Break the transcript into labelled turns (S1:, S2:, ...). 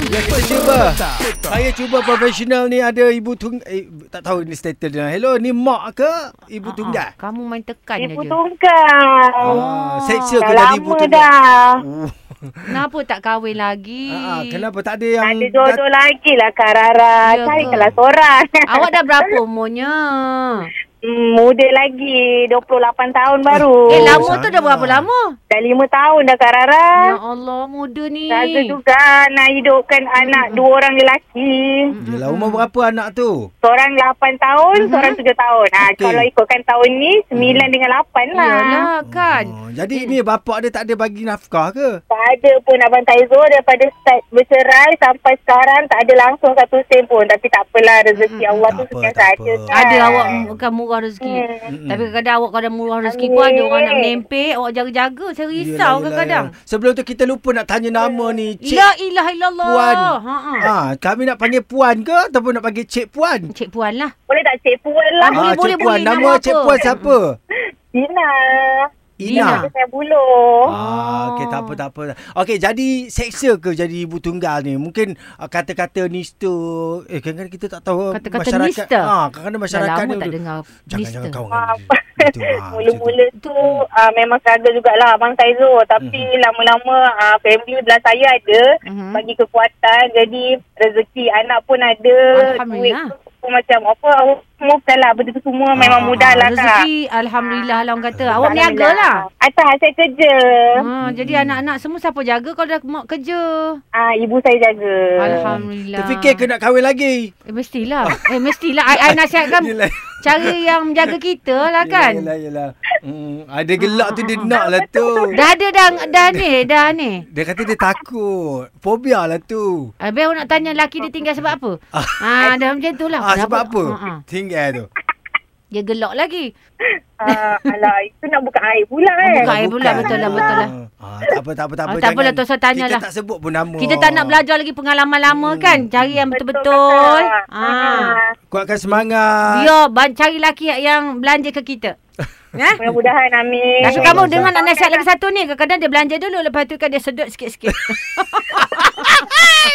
S1: Jackpot Silver. Saya cuba profesional ni ada ibu tung eh, tak tahu ni status dia. Hello, ni mak ke ibu
S2: Ah,
S1: tunggal?
S2: ah, Kamu main tekan
S3: Ibu
S2: je.
S3: tunggal.
S1: Ah, seksa
S3: Dah
S1: ke tadi ibu
S3: lama
S1: tunggal?
S3: dah.
S1: Oh.
S2: Kenapa tak kahwin lagi?
S1: Ah, ah, kenapa tak ada yang
S3: Ada jodoh lagi lah Kak Rara.
S2: Ya
S3: Cari
S2: ke?
S3: kelas orang.
S2: Awak dah berapa umurnya?
S3: Hmm, muda lagi. 28 tahun baru.
S2: Oh, eh, lama
S1: sana.
S2: tu dah berapa lama?
S3: Dah 5 tahun dah Kak Rara.
S2: Ya Allah, muda ni.
S3: Rasa juga nak hidupkan anak dua orang lelaki.
S1: Yelah, umur berapa anak tu?
S3: Seorang 8 tahun,
S2: Mhm.
S3: seorang 7 tahun. Ha,
S1: Okey.
S3: Kalau ikutkan tahun ni, 9 dengan 8 lah.
S2: Yalah kan.
S1: Oh, jadi ni bapak dia tak ada bagi nafkah ke?
S3: Tak ada pun Abang Taizul daripada start bercerai sampai sekarang tak ada langsung satu sen pun. Tapi tak apalah rezeki Allah
S1: Tak
S3: tu
S1: apa,
S3: sekian
S1: tak
S3: saja.
S1: apa.
S3: kan.
S2: Ada awak bukan murah rezeki.
S1: Mm-mm.
S2: Tapi kadang-kadang awak kadang murah rezeki pun ada orang nak
S3: Eh. Amin.
S2: menempel, awak jaga-jaga. Saya
S1: Yelah,
S2: risau
S1: yelah,
S2: kadang-kadang.
S1: yelah. Sebelum tu kita lupa nak tanya nama ni. Cik
S2: La ilaha illallah.
S1: Puan.
S2: Ha ah.
S1: Ah, kami nak panggil puan ke ataupun nak panggil cik puan?
S2: Cik Puan lah.
S3: Boleh tak Cik Puan lah?
S2: Ah, boleh,
S1: cik
S2: boleh,
S1: puan.
S2: boleh.
S1: Nama,
S2: Nama
S1: cik
S2: apa?
S1: puan siapa?
S3: Dina.
S2: Dina.
S1: Ina.
S3: Dina. Saya buluh.
S1: Ah, okey tak apa tak apa. Okey, jadi seksa ke jadi ibu tunggal ni? Mungkin uh, kata-kata nista eh kadang-kadang kita tak tahu
S2: Kata-kata
S1: masyarakat.
S2: nista?
S1: Ah, kadang-kadang
S2: Dah
S1: masyarakat
S2: lama
S1: ni
S2: tak
S1: dia-
S2: dengar
S1: jangan jangan
S2: Mister.
S1: kawan dengan dia. Itu, ah, macam tu. Mm.
S3: Mula-mula tu uh, memang struggle jugalah Abang Taizul. Tapi lama-lama uh, family belah saya ada
S2: Mhm.
S3: bagi kekuatan. Jadi rezeki anak pun ada.
S2: Alhamdulillah.
S3: Duit tu pun macam apa. awak Semua betul lah. Benda tu semua memang
S1: Ah,
S3: mudah lah Kak.
S2: Rezeki alhamdulillah lah orang kata. Awak berniaga lah.
S3: Atas saya kerja.
S2: Ha,
S1: Hmm.
S2: jadi anak-anak semua siapa jaga kalau dah mak kerja?
S3: Ah, ibu saya jaga.
S2: Alhamdulillah.
S1: Terfikir ke nak kahwin lagi?
S2: Eh, mestilah. eh, mestilah. I, I nasihatkan
S1: Yelah.
S2: cari yang menjaga kita lah kan. Ah.
S1: Yelah yelah. Hmm, ada gelak tu dia nak lah tu.
S2: Dah ada dah, dah ni, dah ni.
S1: Dia kata dia takut. Fobia lah tu.
S2: Habis awak nak tanya lelaki dia tinggal sebab apa? ha, dah macam tu lah.
S1: Ah, sebab
S2: Kenapa-
S1: apa?
S2: Ha, ha.
S1: Tinggal tu.
S2: Dia gelak lagi.
S3: Ah, alah, itu nak buka air pula kan.
S2: buka air pula, betul lah, betul lah.
S1: Ah, tak apa, tak apa, tak
S2: Ah,
S1: apa.
S2: tak
S1: Jangan-
S2: apalah, tu saya tanya lah.
S1: Kita tak sebut pun nama.
S2: Kita tak nak belajar lagi pengalaman lama
S1: Hmm.
S2: kan. Cari yang betul-betul.
S3: Kak.
S2: Ha.
S3: Ah,
S1: Kuatkan semangat.
S2: Biar ban- cari lelaki yang- yang belanja ke kita. Ha?
S3: Ah, Mudah-mudahan amin.
S2: Tapi
S1: InsyaAllah,
S2: kamu
S1: Ustaz.
S2: dengar nak nasihat lagi satu ni. Kadang-kadang dia belanja dulu. Lepas tu kan dia sedut sikit-sikit.